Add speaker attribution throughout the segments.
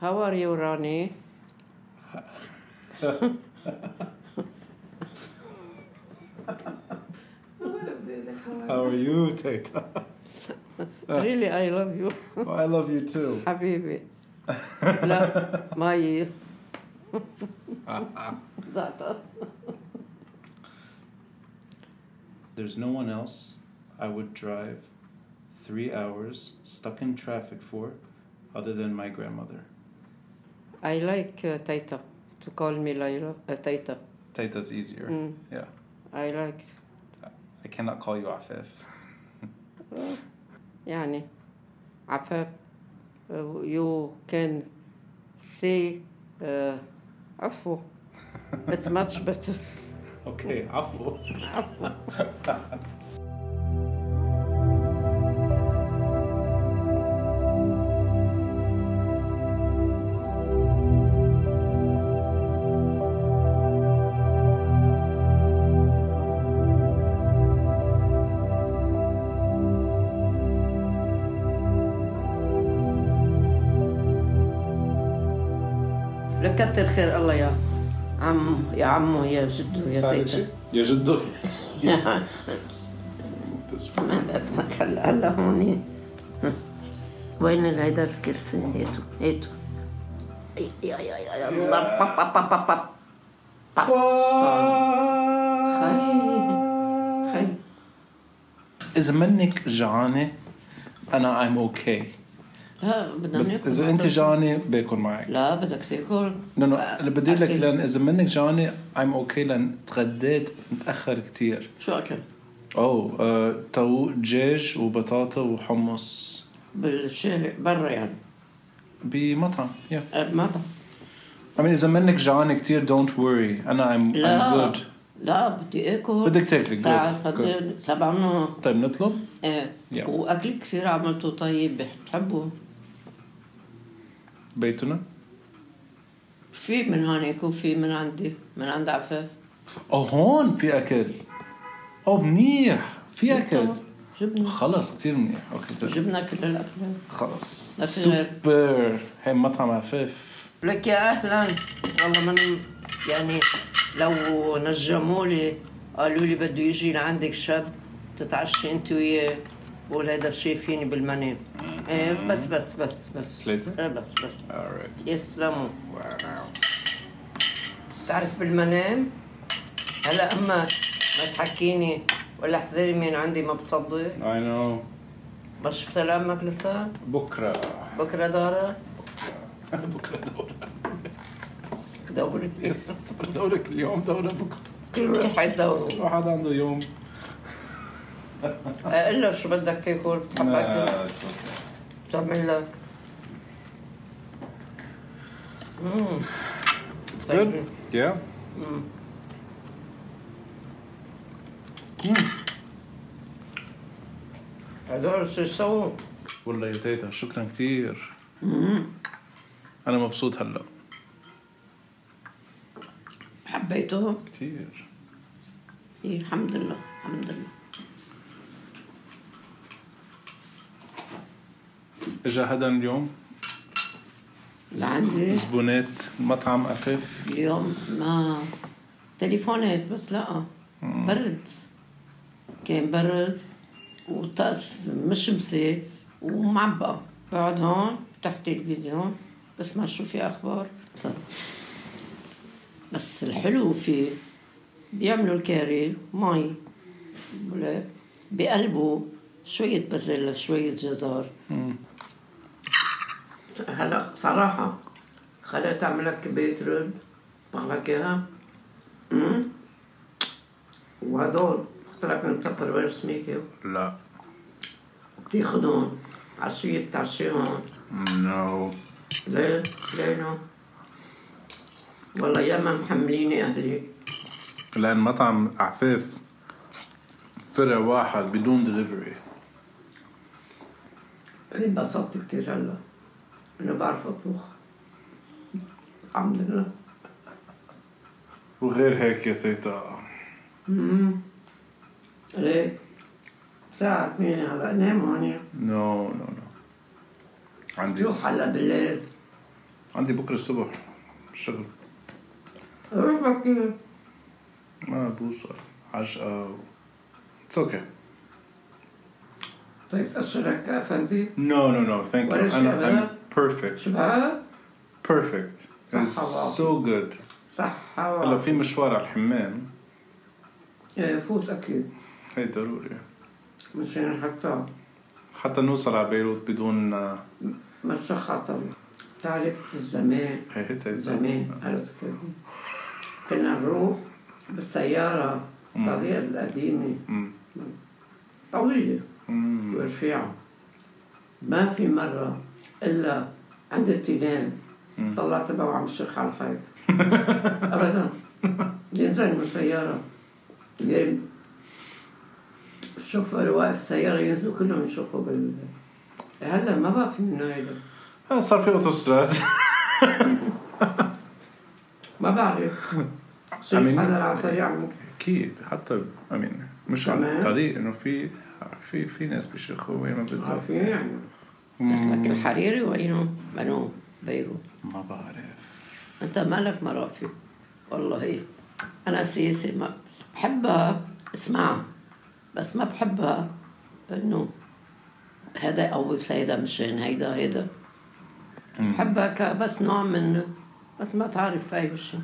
Speaker 1: How are you, Ronnie?
Speaker 2: I would have done the color.
Speaker 3: How are you, Tata? Ah.
Speaker 1: Really, I love you,
Speaker 3: Well, Oh, I love you too.
Speaker 1: Habibi. Love my daughter.
Speaker 3: There's no one else I would drive three hours stuck in traffic for other than my grandmother.
Speaker 1: I like uh, Taita to call me Laila, uh, Taita.
Speaker 3: Tata's easier.
Speaker 1: Mm,
Speaker 3: Yeah.
Speaker 1: I like,
Speaker 3: I cannot call you Afif.
Speaker 1: uh, يعني عفاف. Uh, you can say uh, عفو. It's much better.
Speaker 3: Okay, Afu.
Speaker 1: لك كتر خير الله يا عم يا عمو يا جدو يا تيتا.
Speaker 3: يا جدو.
Speaker 1: مالك هلا هلا هون وين العيدة الكرسي هيتو هيتو يا يا يا يا الله
Speaker 3: آه.
Speaker 1: با با با با با خي خي
Speaker 3: إذا منك جعانة أنا I'm okay.
Speaker 1: لا بدنا
Speaker 3: بس إذا أنت جعانة باكل معك.
Speaker 1: لا بدك تاكل
Speaker 3: لأنه أنا بدي لك
Speaker 1: أكل.
Speaker 3: لأن إذا منك جعانة I'm okay لأن تغديت متأخر كتير.
Speaker 1: شو اكل؟
Speaker 3: أوه آه، طاووق دجاج وبطاطا وحمص
Speaker 1: بالشارع برا يعني آه،
Speaker 3: بمطعم. Yeah.
Speaker 1: مطعم
Speaker 3: I mean إذا منك جعانة كتير don't worry أنا I'm, I'm
Speaker 1: لا
Speaker 3: good.
Speaker 1: لا بدي اكل
Speaker 3: بدك تاكلي
Speaker 1: ساعة
Speaker 3: good. good.
Speaker 1: قد- سبعة ونص
Speaker 3: طيب نطلب؟
Speaker 1: ايه
Speaker 3: Yeah.
Speaker 1: واكل كثير عملته طيب بتحبه
Speaker 3: بيتنا؟
Speaker 1: في من هونيك وفي من عندي من عند عفاف
Speaker 3: أو هون في أكل. أو منيح في أكل.
Speaker 1: جبنا
Speaker 3: خلص كتير منيح اوكي جرب.
Speaker 1: جبنا كل الاكلات
Speaker 3: خلص
Speaker 1: أكل.
Speaker 3: سوبر هي مطعم عفاف
Speaker 1: لك يا اهلا والله من يعني لو نجموا لي قالوا لي بده يجي لعندك شاب تتعشي انت وياه بقول هذا شايفيني بالمنام ايه بس بس بس بس
Speaker 3: ثلاثة؟
Speaker 1: ايه بس بس
Speaker 3: alright
Speaker 1: يسلموا
Speaker 3: واو
Speaker 1: تعرف بالمنام هلا اما ما تحكيني ولا احذري من عندي ما بصدق
Speaker 3: I know
Speaker 1: ما شفت لامك لسه
Speaker 3: بكرة
Speaker 1: بكره دارك
Speaker 3: بكرة دورة
Speaker 1: دوري
Speaker 3: صار دورك اليوم دورة بكرة
Speaker 1: كل واحد دوره
Speaker 3: واحد عنده يوم
Speaker 1: اقول له إيه، شو بدك تاكل بتحب اكل
Speaker 3: لا، it's okay.
Speaker 1: بتعمل لك مم.
Speaker 3: It's good yeah
Speaker 1: مم. هدول شو يسووا؟
Speaker 3: والله يا تيتا شكرا كتير أنا مبسوط هلا
Speaker 1: حبيتهم؟
Speaker 3: كتير
Speaker 1: ايه الحمد لله الحمد لله
Speaker 3: إجا حدا اليوم
Speaker 1: لعندي
Speaker 3: زبونات مطعم عفاف
Speaker 1: اليوم ما تليفونات بس لا برد كان برد والطقس مش مسي ومعبى بقعد هون بفتح تلفزيون بس ما شو في اخبار بصراحة. بس الحلو فيه بيعملوا الكاري مي ولا بقلبوا شوية بازيلا شوية جزر هلا صراحة خليت أعمل لك كباية رز بعملك إياها أمم. وهدول حط لك من تبر وير سميكي
Speaker 3: لا
Speaker 1: وبتاخدهم عشية بتعشيهم
Speaker 3: نو
Speaker 1: ليه لينو والله ياما محمليني أهلي
Speaker 3: لان مطعم عفاف فرع واحد بدون دليفري
Speaker 1: انبسطت كتير هلا إنه بعرف أطبخ الحمد لله
Speaker 3: وغير هيك يا تيتا
Speaker 1: أمم. ليه الساعة 2 هلا نام هون
Speaker 3: نو نو نو عندي
Speaker 1: روح هلا بالليل
Speaker 4: عندي بكره الصبح شغل
Speaker 1: روحك كده
Speaker 4: ما بوصل عشقة و... It's okay.
Speaker 1: طيب تشرك يا افندي
Speaker 4: No, no, no. Thank you.
Speaker 1: ولا شيء
Speaker 4: أنا I'm
Speaker 1: أبدا.
Speaker 4: perfect.
Speaker 1: شباب
Speaker 4: Perfect. It's
Speaker 1: صح
Speaker 4: so good.
Speaker 1: صح
Speaker 4: هلا في مشوار على الحمام
Speaker 1: إيه، فوت اكيد
Speaker 4: هي ضروري
Speaker 1: مشان حتى
Speaker 4: حتى نوصل على بيروت بدون آه،
Speaker 1: مش خطر تعرف زمان
Speaker 4: هي هيك هي
Speaker 1: زمان عرفت كيف؟ كنا نروح بالسيارة الطريقة القديمة
Speaker 4: مم.
Speaker 1: طويلة
Speaker 4: مم.
Speaker 1: ورفيعة ما في مرة إلا عند التنين طلعت بقى وعم شيخ على الحيط أبدا ينزل من السيارة اللي الشوفر واقف سيارة ينزلوا كلهم يشوفوا بال هلا ما بقى في منه هيدا
Speaker 4: آه، صار في اوتوستراد
Speaker 1: ما بعرف شايف
Speaker 4: أمين.
Speaker 1: حدا على طريقة
Speaker 4: اكيد حتى امين مش على
Speaker 1: تمام.
Speaker 4: الطريق انه في آه، في في ناس بيشيخوا وين ما بدهم
Speaker 1: عارفين يعني
Speaker 4: مم.
Speaker 1: لكن الحريري وينه بنو بيروت
Speaker 4: ما بعرف
Speaker 1: انت مالك مرافي والله هي انا سياسه ما بحبها اسمعها بس ما بحبها انه هذا اول هيدا مشان هيدا هيدا بحبها كبس نوع من بس ما تعرف اي شيء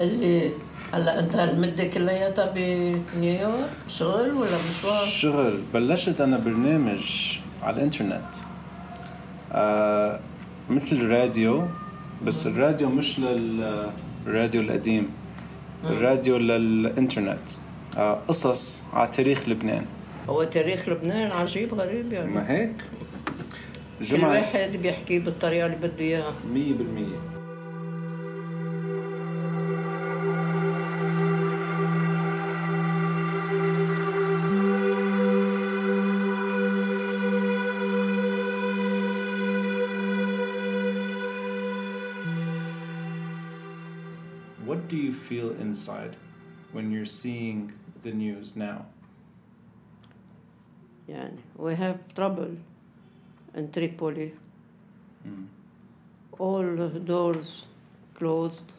Speaker 1: اللي هلا انت المده كلياتها بنيويورك شغل ولا مشوار؟
Speaker 3: شغل بلشت انا برنامج على الانترنت آه مثل راديو بس الراديو مش للراديو القديم الراديو للانترنت آه قصص على تاريخ لبنان
Speaker 1: هو تاريخ لبنان عجيب غريب يعني
Speaker 3: ما هيك
Speaker 1: كل
Speaker 3: جمعة
Speaker 1: واحد بيحكي بالطريقه اللي بده اياها
Speaker 3: 100% What do you feel inside when you're seeing the news now?
Speaker 1: يعني we have trouble in Tripoli. All doors closed.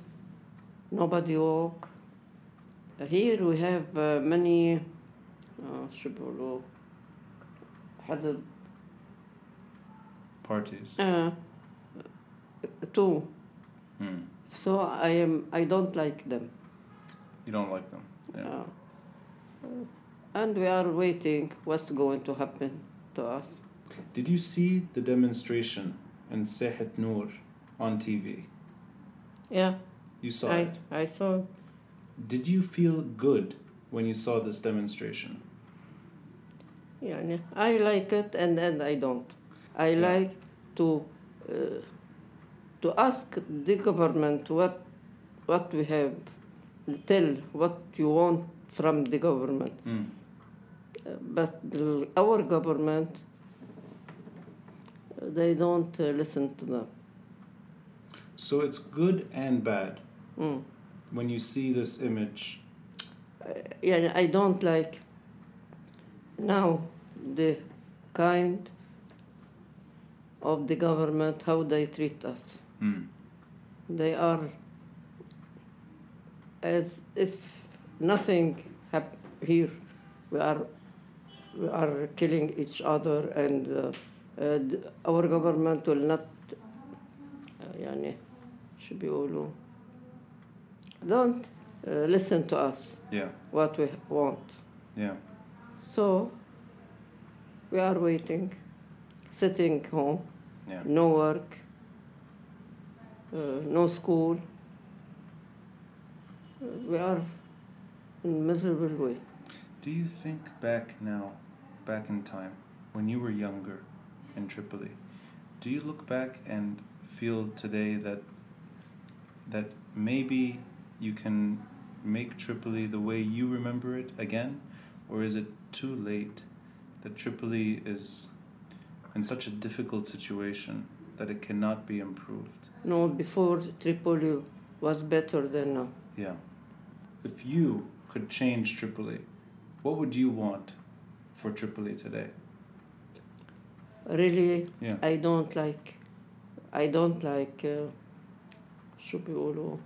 Speaker 1: Nobody walk. Here we have uh, many uh, شو بيقولوا حدد
Speaker 3: Parties.
Speaker 1: uh, two.
Speaker 3: Mm.
Speaker 1: So I am I don't like them.
Speaker 3: You don't like them. Yeah.
Speaker 1: Uh, and we are waiting what's going to happen to us.
Speaker 3: Did you see the demonstration in Sehat Noor on TV?
Speaker 1: Yeah,
Speaker 3: You saw
Speaker 1: I,
Speaker 3: it.
Speaker 1: I thought
Speaker 3: Did you feel good when you saw this demonstration?
Speaker 1: يعني I like it and and I don't. I like to uh, to ask the government what what we have, tell what you want from the government. Uh,
Speaker 3: Mm.
Speaker 1: But the, our government, they don't uh, listen to them.
Speaker 3: So it's good and bad
Speaker 1: Mm.
Speaker 3: when you see this image.
Speaker 1: يعني I don't like now the kind of the government how they treat us.
Speaker 3: Mm.
Speaker 1: They are as if nothing happened here. We are we are killing each other and uh, uh, th- our government will not uh, يعني شو بيقولوا don't uh, listen to us
Speaker 3: Yeah,
Speaker 1: what we want.
Speaker 3: yeah.
Speaker 1: So we are waiting, sitting home,
Speaker 3: Yeah.
Speaker 1: no work, uh, no school. Uh, We are in miserable way.
Speaker 3: Do you think back now, back in time, when you were younger in Tripoli, do you look back and feel today that that maybe you can make Tripoli the way you remember it again? Or is it too late that Tripoli is in such a difficult situation that it cannot be improved?
Speaker 1: No, before Tripoli was better than now.
Speaker 3: Yeah. If you could change Tripoli, what would you want for Tripoli today?
Speaker 1: Really,
Speaker 3: Yeah.
Speaker 1: I don't like. I don't like uh, شو بيقولوا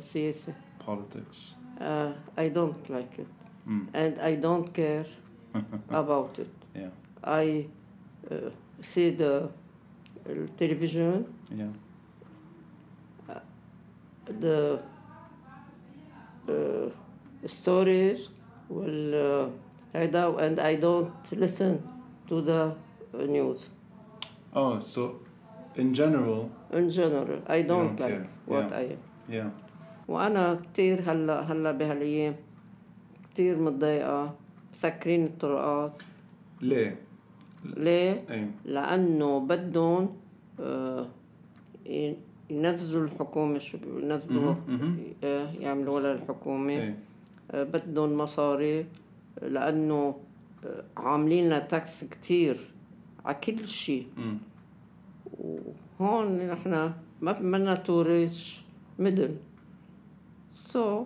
Speaker 1: سياسة
Speaker 3: politics.
Speaker 1: uh, I don't like it
Speaker 3: Mm.
Speaker 1: and I don't care about it
Speaker 3: Yeah,
Speaker 1: I uh, see the uh, television
Speaker 3: yeah,
Speaker 1: the uh, stories will uh, and I don't listen to the uh, news
Speaker 3: Oh, so in general,
Speaker 1: in general I don't
Speaker 3: don't
Speaker 1: like
Speaker 3: care.
Speaker 1: what
Speaker 3: Yeah.
Speaker 1: I am
Speaker 3: yeah,
Speaker 1: وأنا كتير هلا هلا بهالأيام كتير متضايقة مسكرين الطرقات
Speaker 3: ليه؟ إيه.
Speaker 1: ليه؟
Speaker 3: أي
Speaker 1: لأنه بدهم آه، ي- ينزلوا الحكومة شو بيقولوا ينزلوا
Speaker 3: مهم، مهم.
Speaker 1: آه، يعملوا للحكومة
Speaker 3: أي
Speaker 1: آه، بدهم مصاري لانه آه، عاملين لنا تاكس كتير على كل شيء
Speaker 3: أمم.
Speaker 1: وهون نحن ما منا تو ريتش ميدل سو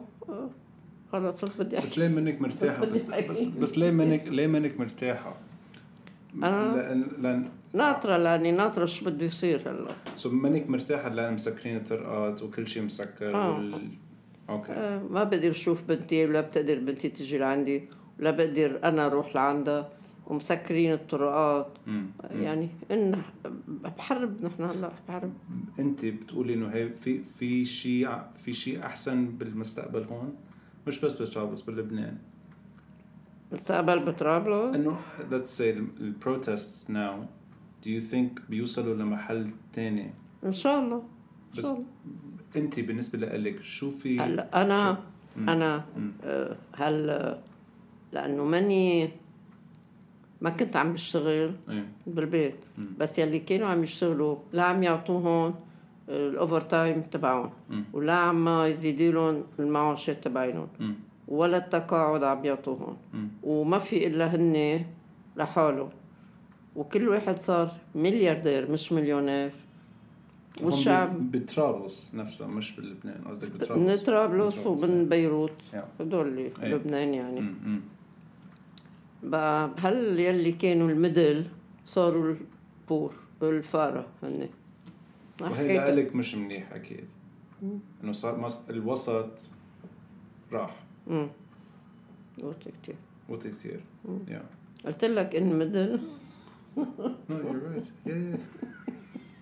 Speaker 1: خلص صرت بدي
Speaker 3: بس
Speaker 1: احكي
Speaker 3: ليه منك مرتاحة بس بس بس ليه منك ليه منك مرتاحة؟
Speaker 1: أنا-
Speaker 3: لأن لأن
Speaker 1: ناطره لاني ناطره شو بده يصير هلا
Speaker 3: سو منك مرتاحة لأن مسكرين الطرقات وكل شيء مسكر
Speaker 1: آه.
Speaker 3: وال أوكي
Speaker 1: آه، ما بقدر اشوف بنتي ولا بتقدر بنتي تجي لعندي ولا بقدر انا اروح لعندها ومسكرين الطرقات
Speaker 3: أمم.
Speaker 1: يعني ان بحرب نحن هلا بحرب
Speaker 3: انت بتقولي انه هي في في شيء في شيء احسن بالمستقبل هون مش بس بطرابلس بلبنان
Speaker 1: مستقبل بطرابلس
Speaker 3: انه let's say البروتستس now do you think بيوصلوا لمحل تاني
Speaker 1: ان شاء الله ان
Speaker 3: بس
Speaker 1: شاء الله
Speaker 3: انت بالنسبه لك شو في
Speaker 1: هلا انا انا
Speaker 3: مم.
Speaker 1: آه، هل آه، لانه ماني ما كنت عم بشتغل
Speaker 3: إيه.
Speaker 1: بالبيت
Speaker 3: مم.
Speaker 1: بس يلي كانوا عم يشتغلوا لا عم يعطوهم آه، الاوفر تايم تبعهم
Speaker 3: مم.
Speaker 1: ولا عم يزيدوا لهم المعاشات تبعينهم
Speaker 3: مم.
Speaker 1: ولا التقاعد عم يعطوهم
Speaker 3: مم.
Speaker 1: وما في الا هن لحالهم وكل واحد صار ملياردير مش مليونير
Speaker 3: هون
Speaker 1: والشعب
Speaker 3: ب- بطرابلس نفسها مش بلبنان قصدك
Speaker 1: من
Speaker 3: بطرابلس
Speaker 1: طرابلس ومن بيروت
Speaker 3: Yeah.
Speaker 1: هدول
Speaker 3: إيه.
Speaker 1: لبنان يعني
Speaker 3: مم. مم.
Speaker 1: بقى هل يلي كانوا الميدل صاروا البور الفارة هن
Speaker 3: وهي
Speaker 1: حكيت
Speaker 3: لك مش منيح اكيد انه صار مص... الوسط راح
Speaker 1: أمم. قلت كتير
Speaker 3: وطي كثير yeah
Speaker 1: قلت لك ان ميدل
Speaker 3: no you're right yeah yeah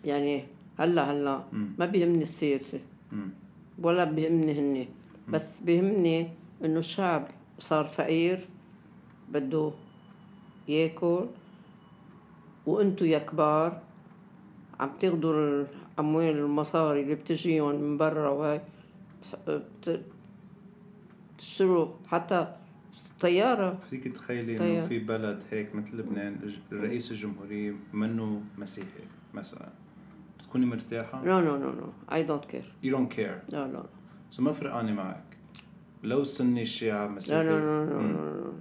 Speaker 1: يعني هلا هلا
Speaker 3: مم.
Speaker 1: ما بيهمني السياسة
Speaker 3: مم.
Speaker 1: ولا بيهمني هن بس بيهمني انه الشعب صار فقير بده ياكل وانتو يا كبار عم تاخدوا الاموال المصاري اللي بتجيهم من برا وهي بت- بتشتروا حتى طيارة
Speaker 3: فيك تخيلي
Speaker 1: طيب.
Speaker 3: انه في بلد هيك مثل لبنان الج- رئيس الجمهورية منه مسيحي مثلا بتكوني مرتاحة؟
Speaker 1: نو نو نو نو اي دونت كير
Speaker 3: you don't care
Speaker 1: لا لا
Speaker 3: سو ما فرقانة معك لو سني شيعة
Speaker 1: لا
Speaker 3: مسيحي
Speaker 1: لا لا لا
Speaker 3: مم.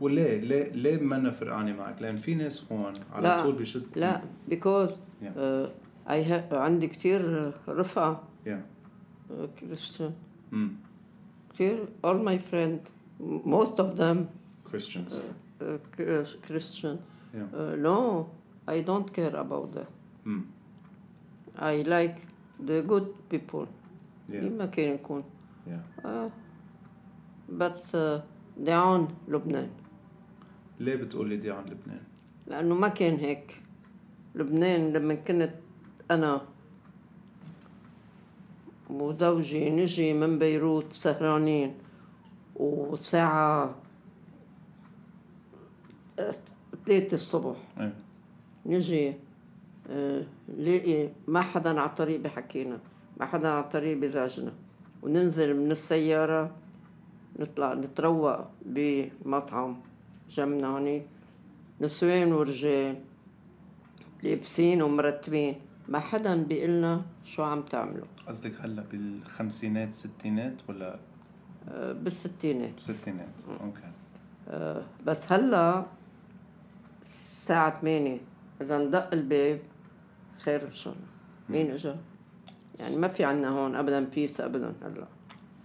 Speaker 3: وليه ليه ليه منا فرقانة معك؟ لأن في ناس هون على
Speaker 1: لا.
Speaker 3: طول بيشد
Speaker 1: لا بيكوز
Speaker 3: Yeah.
Speaker 1: اي عندي كتير رفقة
Speaker 3: yeah.
Speaker 1: كريستيان
Speaker 3: mm.
Speaker 1: Here, all my friend, m- most of them
Speaker 3: Christians
Speaker 1: uh, Chris- Christian.
Speaker 3: Yeah.
Speaker 1: Uh, no, I don't care about that.
Speaker 3: mm.
Speaker 1: I like the good people.
Speaker 3: yeah
Speaker 1: ما كان يكون.
Speaker 3: yeah
Speaker 1: Ah, But uh, دعون لبنان
Speaker 3: ليه بتقولي دي عن لبنان؟
Speaker 1: لأنه ما كان هيك. لبنان لما كنت أنا وزوجي نجي من بيروت سهرانين والساعة ثلاثة الصبح
Speaker 3: إيه.
Speaker 1: نجي آه، نلاقي ما حدا على الطريق بحكينا ما حدا على الطريق بيزعجنا وننزل من السيارة نطلع نتروق بمطعم جنبنا هونيك نسوان ورجال لابسين ومرتبين ما حدا بيقلنا شو عم تعملوا
Speaker 3: قصدك هلا بالخمسينات ستينات ولا
Speaker 1: آه، بالستينات
Speaker 3: ستينات؟
Speaker 1: أه.
Speaker 3: اوكي
Speaker 1: بس هلا الساعة 8 إذا ندق الباب خير إن شاء الله مين إجا؟ يعني ما في عنا هون أبدا بيس أبدا هلا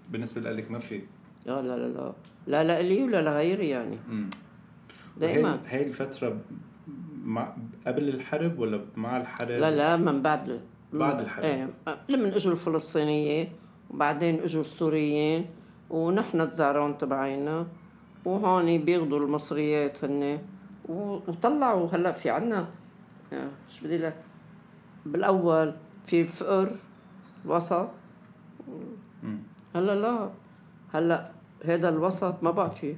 Speaker 3: بالنسبة لك ما في
Speaker 1: لا لا لا لا لا لا إلي ولا لغيري يعني
Speaker 3: امم
Speaker 1: دائما
Speaker 3: هاي هاي الفترة مع قبل الحرب ولا مع الحرب؟
Speaker 1: لا لا من بعد
Speaker 3: آه، بعد الحرب.
Speaker 1: ايه لما اجوا الفلسطينيه وبعدين اجوا السوريين ونحن الزعران تبعينا وهون بياخذوا المصريات هن و- وطلعوا هلا في عنا آه، شو بدي لك بالاول في فقر وسط هلا لا هلا هذا الوسط ما بقى فيه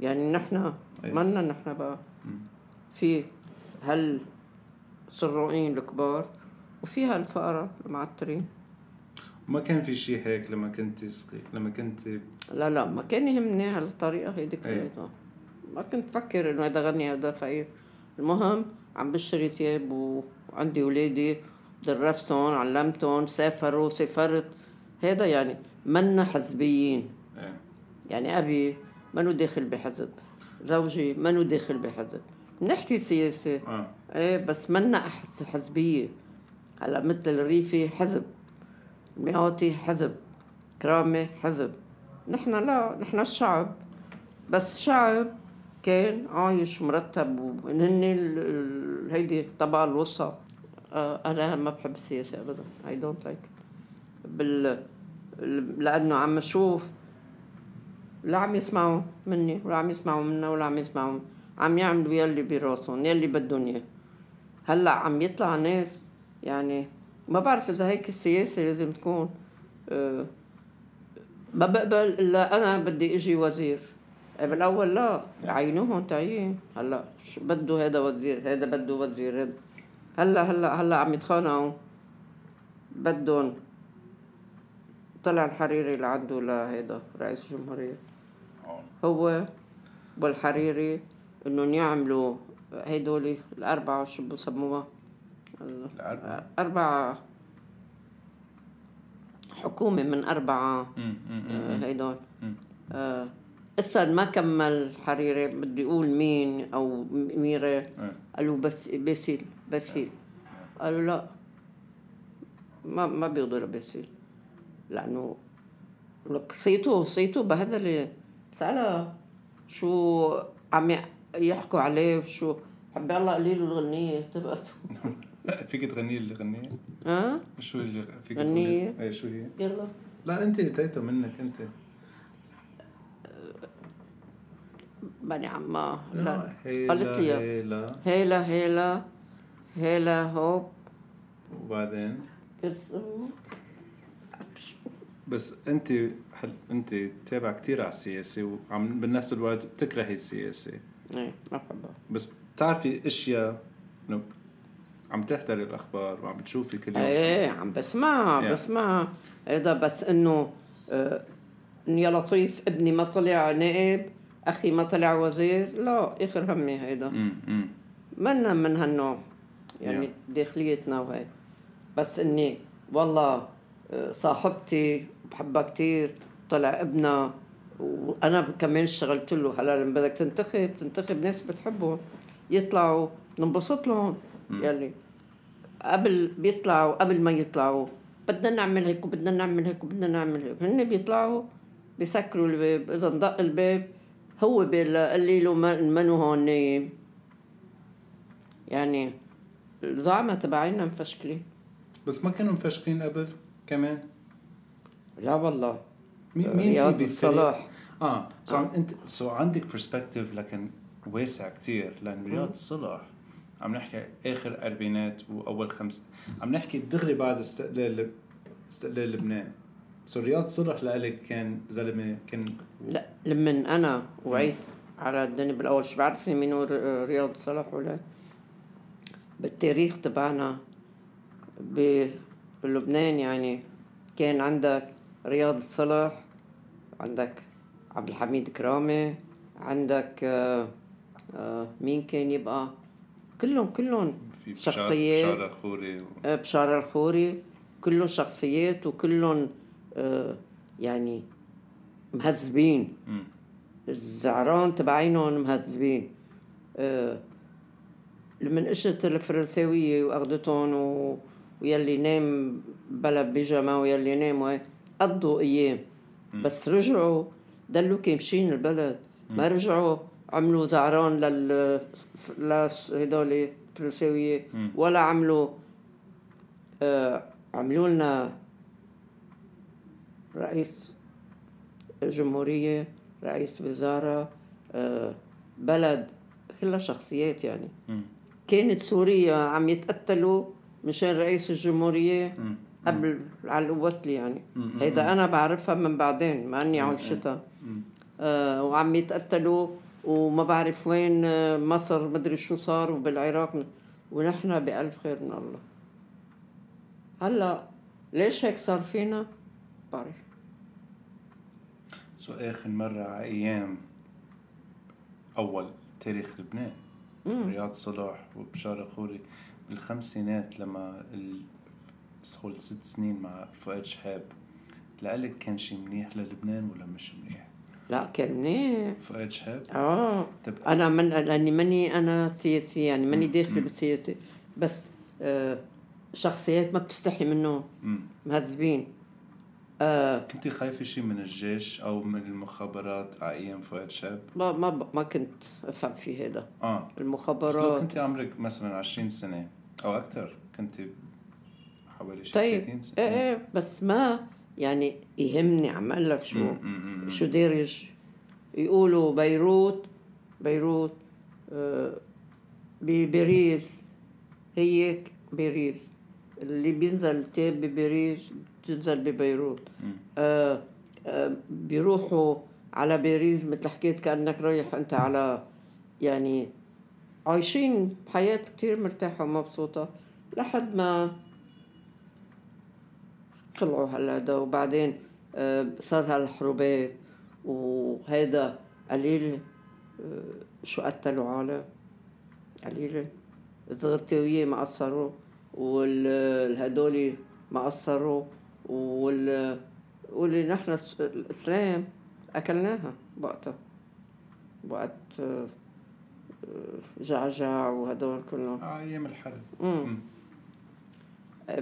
Speaker 1: يعني نحن
Speaker 3: أي.
Speaker 1: منا نحن بقى في هال الشروقين الكبار وفي هالفقراء المعترين
Speaker 3: ما كان في شيء هيك لما كنت صغير لما كنت
Speaker 1: لا لا ما كان يهمني هالطريقه هيدي
Speaker 3: أي.
Speaker 1: كلياتها ما كنت فكر انه هذا غني هذا فقير المهم عم بشتري ثياب و- وعندي اولادي درستهم علمتهم سافروا سافرت هذا يعني منا حزبيين
Speaker 3: إيه.
Speaker 1: يعني أبي منو داخل بحزب زوجي منو داخل بحزب نحكي سياسة
Speaker 3: اه
Speaker 1: ايه بس منا أحس حزبية هلا مثل الريفي حزب الميعاطي حزب كرامة حزب نحن لا نحن الشعب بس شعب كان عايش مرتب وهن ال- ال- هيدي الطبقة الوسطى آه، أنا ما بحب السياسة أبدا I don't like it بال... ال- لأنه عم شوف لا عم يسمعوا مني ولا عم يسمعوا منا ولا عم يسمعوا عم يعملوا يلي براسهم يلي بدهم اياه هلا عم يطلع ناس يعني ما بعرف اذا هيك السياسه لازم تكون آه، ما بقبل الا انا بدي اجي وزير آه، بالاول لا عينوهم تعيين هلا شو بده هذا وزير هذا بده وزير هذا هلا هلا هلا عم يتخانقوا بدهم طلع الحريري اللي عنده لهيدا رئيس الجمهورية هو والحريري انهم يعملوا هيدول الاربعة شو بسموها ال-
Speaker 3: العرب
Speaker 1: أربعة حكومة من أربعة
Speaker 3: أمم، أمم، أمم.
Speaker 1: آه، هيدول
Speaker 3: مم.
Speaker 1: آه، إسا ما كمل حريري بدي أقول مين أو ميري
Speaker 3: إيه.
Speaker 1: قالوا بس باسيل باسيل قالوا لا ما ما بيقدر باسيل لانه لك صيته صيته بهدلة سألها شو عم ي- يحكوا عليه وشو حبي الله قليل الغنية تبقته
Speaker 3: فيك تغني اللي غنيه
Speaker 1: ها
Speaker 3: شو اللي فيك
Speaker 1: غنية.
Speaker 3: تقولي؟ ايه شو هي
Speaker 1: يلا
Speaker 3: لا انت اتيته منك انت
Speaker 1: بني عماه لا
Speaker 3: هيلا
Speaker 1: قالت لي إياه.
Speaker 3: هيلا
Speaker 1: هيلا هيلا هيلا هوب
Speaker 3: وبعدين
Speaker 1: كسم
Speaker 3: بس انت حل... انت تابع كثير على السياسه وعم بنفس الوقت بتكرهي السياسه
Speaker 1: ايه ما بحبها
Speaker 3: بس بتعرفي اشياء انه عم تحضري الاخبار وعم بتشوفي كل يوم
Speaker 1: ايه عم بسمع
Speaker 3: Yeah.
Speaker 1: بسمع هذا بس انه آه، إن يا لطيف ابني ما طلع نائب اخي ما طلع وزير لا اخر همي هيدا
Speaker 3: امم امم
Speaker 1: منا من هالنوع يعني
Speaker 3: Yeah.
Speaker 1: داخليتنا وهي بس اني والله آه، صاحبتي بحبها كثير طلع ابنها وانا كمان اشتغلت له هلا لما بدك تنتخب تنتخب ناس بتحبهم يطلعوا ننبسط لهم يلي قبل بيطلعوا قبل ما يطلعوا بدنا نعمل هيك وبدنا نعمل هيك وبدنا نعمل هيك هن بيطلعوا بيسكروا الباب اذا انضق الباب هو بيلا- قال لي له ما- منو هون نايم يعني الزعمة تبعينا مفشكلة
Speaker 3: بس ما كانوا مفشخين قبل كمان
Speaker 1: لا والله
Speaker 3: مين مين في
Speaker 1: رياض آه.
Speaker 3: بالتاريخ؟
Speaker 1: الصلاح
Speaker 3: اه سو عم انت سو عندك برسبكتيف لكن واسع كتير لان رياض صلاح عم نحكي اخر اربعينات واول خمس عم نحكي دغري بعد استقلال لب... استقلال لبنان سو رياض صلاح لإلك كان زلمه كان
Speaker 1: لا لمن انا وعيت على الدنيا بالاول شو بعرفني مين هو ر- رياض صلاح ولا بالتاريخ تبعنا بلبنان يعني كان عندك رياض صلاح عندك عبد الحميد كرامة عندك آه، آه، مين كان يبقى كلهم كلهم
Speaker 3: في بشار-
Speaker 1: شخصيات
Speaker 3: بشار الخوري و...
Speaker 1: بشارة الخوري كلهم شخصيات وكلهم آه، يعني مهذبين
Speaker 3: مم.
Speaker 1: الزعران تبعينهم مهذبين آه، لمن اجت الفرنساوية واخدتهم و... ويلي نام بلا بيجامة ويلي نام وهي، قضوا ايام بس رجعوا دلوا كامشين البلد ما رجعوا عملوا زعران لل لهدول الفرنساوية ولا عملوا آه، عملوا لنا رئيس جمهورية رئيس وزارة آه، بلد كلها شخصيات يعني
Speaker 3: مم.
Speaker 1: كانت سوريا عم يتقتلوا مشان رئيس الجمهورية
Speaker 3: مم.
Speaker 1: قبل على القوات يعني
Speaker 3: مم.
Speaker 1: هيدا أنا بعرفها من بعدين ما أني عايشتها
Speaker 3: مم.
Speaker 1: آه، وعم يتقتلوا وما بعرف وين آه، مصر مدري شو صار وبالعراق ونحن بألف خير من الله هلا ليش هيك صار فينا؟ بعرف
Speaker 3: سو آخر مرة على أيام أول تاريخ لبنان رياض صلاح وبشارة خوري بالخمسينات لما ال- صول ست سنين مع فؤاد شهاب لقلك كان شي منيح للبنان ولا مش منيح؟
Speaker 1: لا كان منيح
Speaker 3: فؤاد شهاب
Speaker 1: اه
Speaker 3: طب
Speaker 1: انا من لاني ماني انا سياسي يعني ماني داخله بالسياسه بس آه شخصيات ما بتستحي منهم
Speaker 3: مم.
Speaker 1: مهذبين آه
Speaker 3: كنت خايفة شي من الجيش أو من المخابرات على أيام فؤاد شهاب؟
Speaker 1: ما ما ما كنت افهم في هذا
Speaker 3: آه بس لو
Speaker 1: المخابرات
Speaker 3: كنت عمرك مثلا 20 سنة أو أكثر كنت حوالي شي
Speaker 1: طيب.
Speaker 3: 30 سنة
Speaker 1: ايه ايه بس ما يعني يهمني عم اقول لك شو
Speaker 3: مم، مم، مم.
Speaker 1: شو دارج يقولوا بيروت بيروت آه، بباريس هيك باريس اللي بينزل تاب بباريس بتنزل ببيروت آه، آه، بيروحوا على باريس مثل حكيت كانك رايح انت على يعني عايشين حياة كتير مرتاحة ومبسوطة لحد ما طلعوا هلا ده وبعدين آه، صار هالحروبات وهيدا قليل آه، شو قتلوا عالم قليل الزغرتاوية ما قصروا والهدول ما قصروا وال واللي نحن الس- الاسلام اكلناها وقتها وقت آه، آه، جعجع وهدول كلهم
Speaker 3: على آه، أيام الحرب
Speaker 1: مم.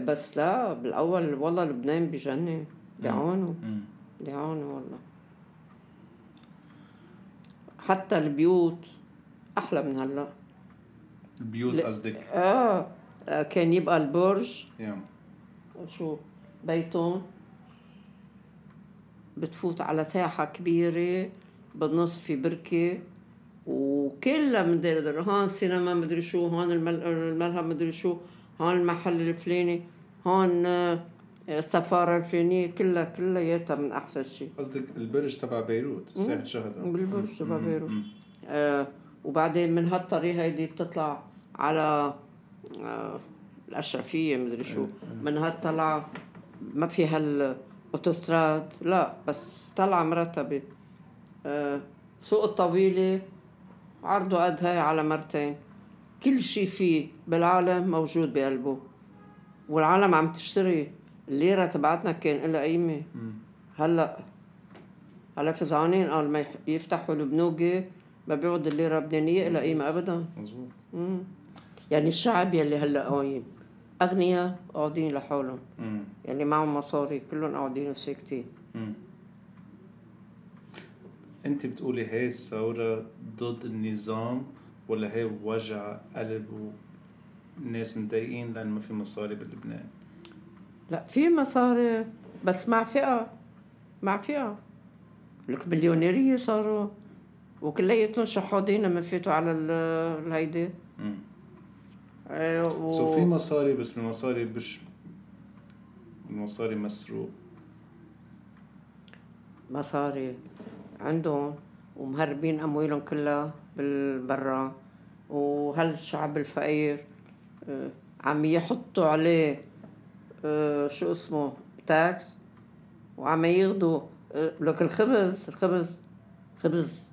Speaker 1: بس لا بالاول والله لبنان بجنن بيعانوا
Speaker 3: مم.
Speaker 1: بيعانوا والله حتى البيوت احلى من هلا
Speaker 3: البيوت
Speaker 1: لا.
Speaker 3: قصدك
Speaker 1: اه آه، كان يبقى البرج
Speaker 3: يا
Speaker 1: شو بيتهم بتفوت على ساحة كبيرة بالنص في بركة وكلها مدردر هون سينما مدري شو هون المل- الملهى مدري شو هون المحل الفلاني هون آه، السفارة الفلانية كلها كلياتها من أحسن شيء
Speaker 3: قصدك البرج تبع بيروت ساحة الشهداء
Speaker 1: بالبرج تبع
Speaker 3: مم،
Speaker 1: بيروت.
Speaker 3: مم.
Speaker 1: آه وبعدين من هالطريقة هيدي بتطلع على آه الأشرفية مدري شو من هالطلعة ما في هالأوتوستراد لا بس طلعة مرتبة آه سوق الطويلة عرضه قد هاي على مرتين كل شي فيه بالعالم موجود بقلبه والعالم عم تشتري الليرة تبعتنا كان لها قيمة هلا هلا فزعانين قال ما يح- يفتحوا البنوكة ما بيعود الليرة اللبنانية إلها قيمة أبدا
Speaker 3: مزبوط
Speaker 1: مم. يعني الشعب يلي هلا قايم أغنياء قاعدين لحالهم
Speaker 3: مم.
Speaker 1: يعني معهم مصاري كلهم قاعدين وساكتين
Speaker 3: مم. انت بتقولي هاي الثورة ضد النظام ولا هاي وجع قلب وناس متضايقين لأن ما في مصاري بلبنان
Speaker 1: لا في مصاري بس مع فئة مع فئة لك مليونيرية صاروا وكلياتهم شحوذين لما فاتوا على ال- الهيدي
Speaker 3: مم.
Speaker 1: إيه، و...
Speaker 3: سو في مصاري بس المصاري مش المصاري مسروق
Speaker 1: مصاري عندهم ومهربين اموالهم كلها بالبرا وهالشعب الفقير آه، عم يحطوا عليه آه، شو اسمه تاكس وعم ياخدوا آه، لك الخبز الخبز خبز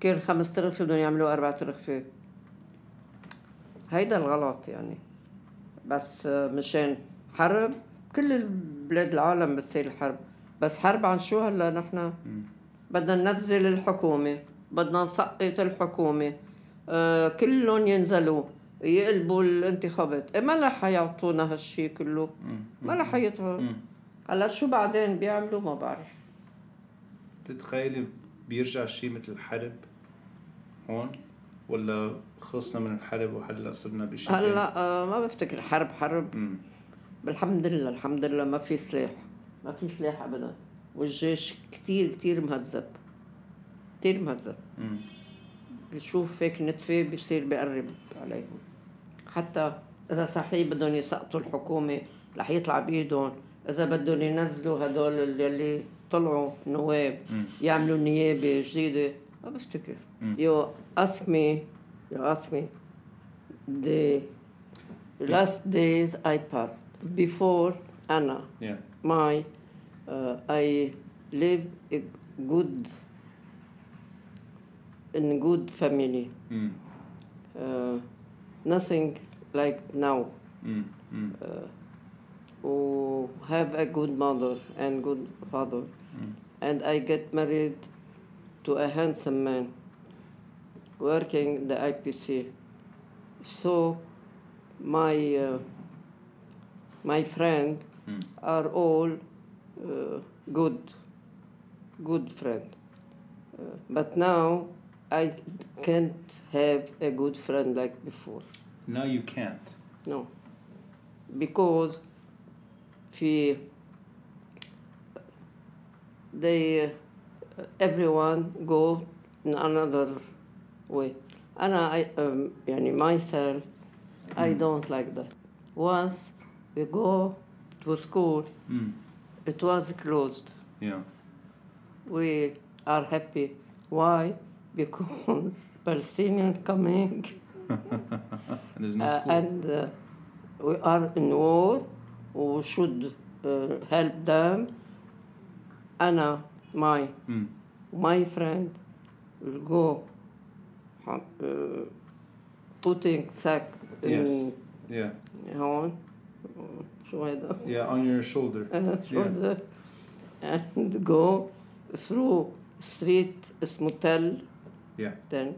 Speaker 1: كان خمس رغفة بدهم يعملوا أربعة رغفة هيدا الغلط يعني بس آه، مشان حرب كل بلاد العالم بتصير الحرب بس حرب عن شو هلا نحن بدنا ننزل الحكومة بدنا نسقط الحكومة آه كلهم ينزلوا يقلبوا الانتخابات إيه ما رح يعطونا هالشي كله ما رح يطلع
Speaker 3: مم.
Speaker 1: هلا شو بعدين بيعملوا ما بعرف
Speaker 3: تتخيلي بيرجع شيء مثل الحرب هون ولا خلصنا من الحرب وهلا صرنا بشيء تاني؟
Speaker 1: هلا آه ما بفتكر حرب حرب
Speaker 3: مم.
Speaker 1: بالحمد لله الحمد لله ما في سلاح ما في سلاح ابدا والجيش كتير كتير مهذب كتير مهذب
Speaker 3: مم.
Speaker 1: بشوف هيك نتفة بصير بقرب عليهم حتى إذا صحيح بدهم يسقطوا الحكومة رح يطلع بإيدهم إذا بدهم ينزلوا هدول اللي اللي طلعوا نواب يعملوا نيابة جديدة ما بفتكر يو ask me you ask me the last days I passed before Anna
Speaker 3: Yeah.
Speaker 1: my uh, I live a good in good family.
Speaker 3: Mm.
Speaker 1: Uh, nothing like now.
Speaker 3: Mm. Mm.
Speaker 1: Who have a good mother and good father, and I get married to a handsome man working in the IPC. So my uh, my friend are all uh, good good friend. Uh, but now I can't have a good friend like before.
Speaker 3: Now you can't.
Speaker 1: No. Because في they uh, everyone go in another way. أنا I, um, يعني myself I don't like that. Once we go to school,
Speaker 3: Mm.
Speaker 1: it was closed.
Speaker 3: Yeah.
Speaker 1: We are happy. Why? Because Palestinian coming.
Speaker 3: And there's no
Speaker 1: Uh,
Speaker 3: school.
Speaker 1: and uh, we are in war. We should uh, help them. Anna, my
Speaker 3: Mm.
Speaker 1: my friend, will go uh, putting sack in uh,
Speaker 3: Yeah.
Speaker 1: on شو هيدا
Speaker 3: Yeah. On your shoulder.
Speaker 1: shoulder Uh, and go through street اسمه تل
Speaker 3: Yeah.
Speaker 1: then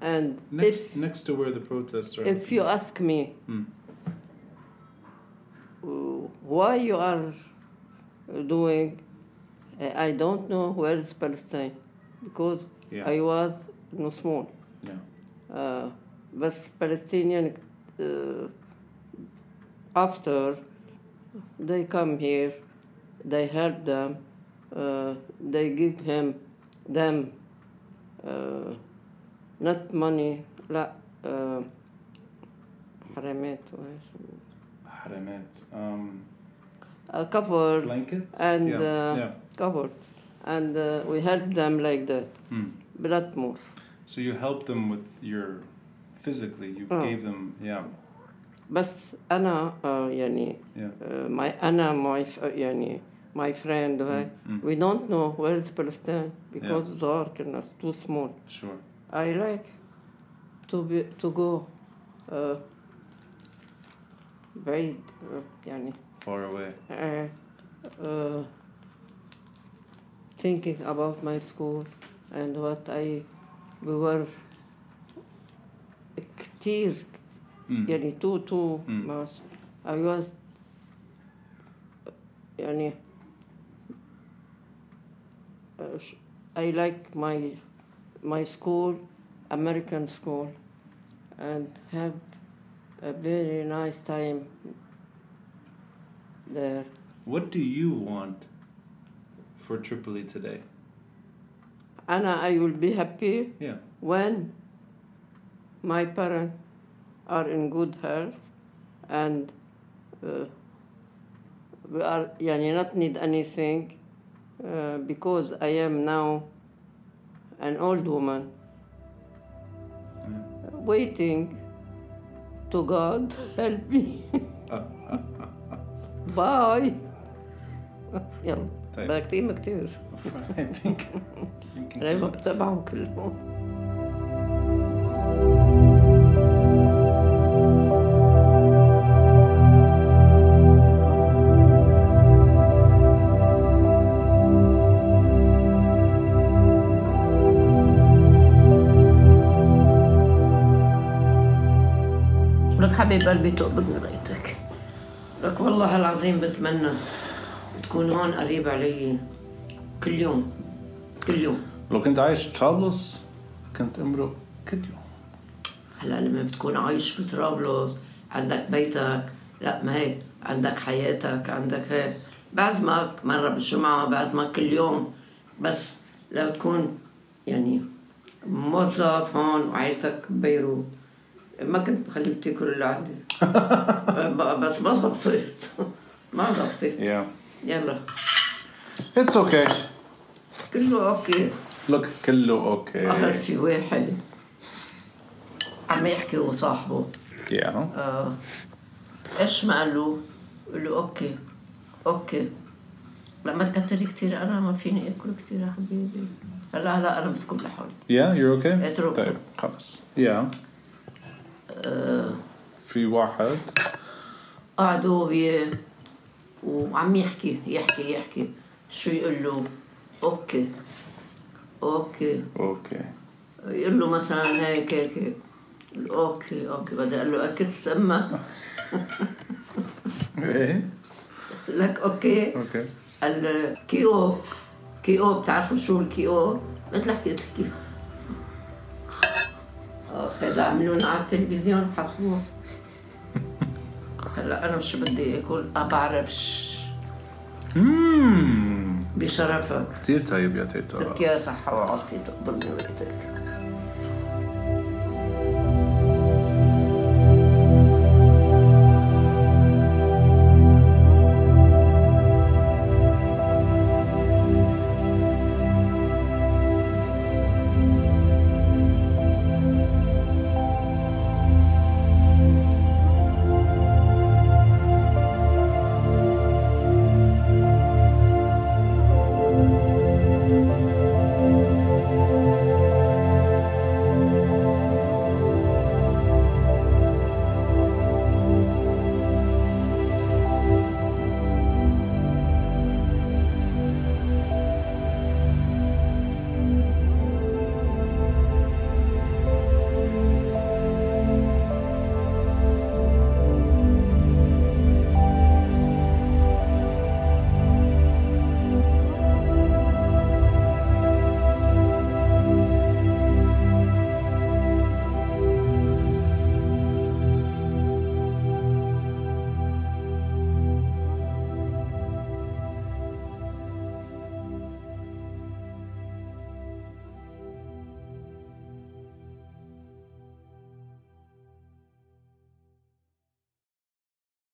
Speaker 1: and
Speaker 3: Next,
Speaker 1: if
Speaker 3: next to where the protests are.
Speaker 1: If you ask me,
Speaker 3: Mm.
Speaker 1: uh, why you are doing, uh, I I don't know where is Palestine, because
Speaker 3: Yeah.
Speaker 1: I was no small.
Speaker 3: yeah.
Speaker 1: Uh, but Palestinian uh, after they come here, they help them, uh, they give him them uh, not money لا uh, حرامات وإيش-
Speaker 3: Haramet. Um,
Speaker 1: uh, covered
Speaker 3: blankets.
Speaker 1: and
Speaker 3: yeah.
Speaker 1: uh,
Speaker 3: yeah.
Speaker 1: covered and uh, we help them like that
Speaker 3: Mm.
Speaker 1: blood more
Speaker 3: So you helped them with your physically. You
Speaker 1: Oh.
Speaker 3: gave them. Yeah.
Speaker 1: بس أنا uh, يعني
Speaker 3: Yeah.
Speaker 1: Uh, my Anna, my f- يعني my friend, I-
Speaker 3: mm.
Speaker 1: we don't know where is Palestine because dark and it's too small.
Speaker 4: mm,
Speaker 3: Sure.
Speaker 1: I like to be to go uh, بعيد uh, يعني
Speaker 3: Far away.
Speaker 1: uh, uh, thinking about my school and what I we were كتير
Speaker 3: Mm.
Speaker 1: يعني تو تو
Speaker 3: Mm.
Speaker 1: much I was يعني uh, sh- I like my my school American school and have a very nice time there
Speaker 3: What do you want for Tripoli today?
Speaker 1: أنا I will be happy
Speaker 3: Yeah.
Speaker 1: when my parents are in good health and uh, we are yani not need anything uh, because I am now an old woman waiting to God help me. Bye. يلا
Speaker 3: طيب.
Speaker 1: بدك تقيم كتير
Speaker 3: I think you can.
Speaker 1: أنا ما بتابعهم كلهم لك حبيب قلبي تقبضني لقيتك لك والله العظيم بتمنى تكون هون قريب علي كل يوم كل يوم
Speaker 4: لو كنت عايش في طرابلس كنت امرق كل يوم
Speaker 1: هلا لما بتكون عايش في طرابلس عندك بيتك لا ما هيك عندك حياتك عندك بعد ما مرة بالجمعة بعد ما كل يوم بس لو تكون يعني موظف هون وعائلتك ببيروت ما كنت بخليك تاكل اللي عندي ب- بس ما زبطت ما زبطت
Speaker 3: Yeah.
Speaker 1: يلا
Speaker 4: It's okay.
Speaker 1: كله اوكي
Speaker 4: Look, كله
Speaker 3: إيه.
Speaker 1: اخر
Speaker 4: okay.
Speaker 1: شي واحد عم يحكي وصاحبه
Speaker 4: Yeah.
Speaker 1: آه، ايش ما قالوا؟ قال له اوكي اوكي لما تكتري كثير انا ما فيني اكل كثير يا حبيبي هلا هلا انا بدكم لحالي
Speaker 4: Yeah, you're okay?
Speaker 1: اتركه.
Speaker 4: طيب خلص. Yeah.
Speaker 1: آه،
Speaker 4: في واحد
Speaker 1: قعدوا وي- وعم يحكي يحكي يحكي شو يقول له اوكي اوكي
Speaker 4: اوكي
Speaker 1: يقول له مثلا هيك هيك هيك. اوكي اوكي بدي اقول له اكلت امك
Speaker 4: ايه
Speaker 1: لك اوكي
Speaker 4: اوكي
Speaker 1: الكيو كيو بتعرفوا شو الكيو؟ مثل حكيت الكيو آه، هذا عملونا على التلفزيون حطوه هلا انا مش بدي اكل ما بعرفش
Speaker 4: مم.
Speaker 1: بشرفك
Speaker 4: Hmm. كثير طيب يا تيتا
Speaker 3: آه.
Speaker 1: لك يا صحة وعافية تقبلني وقتك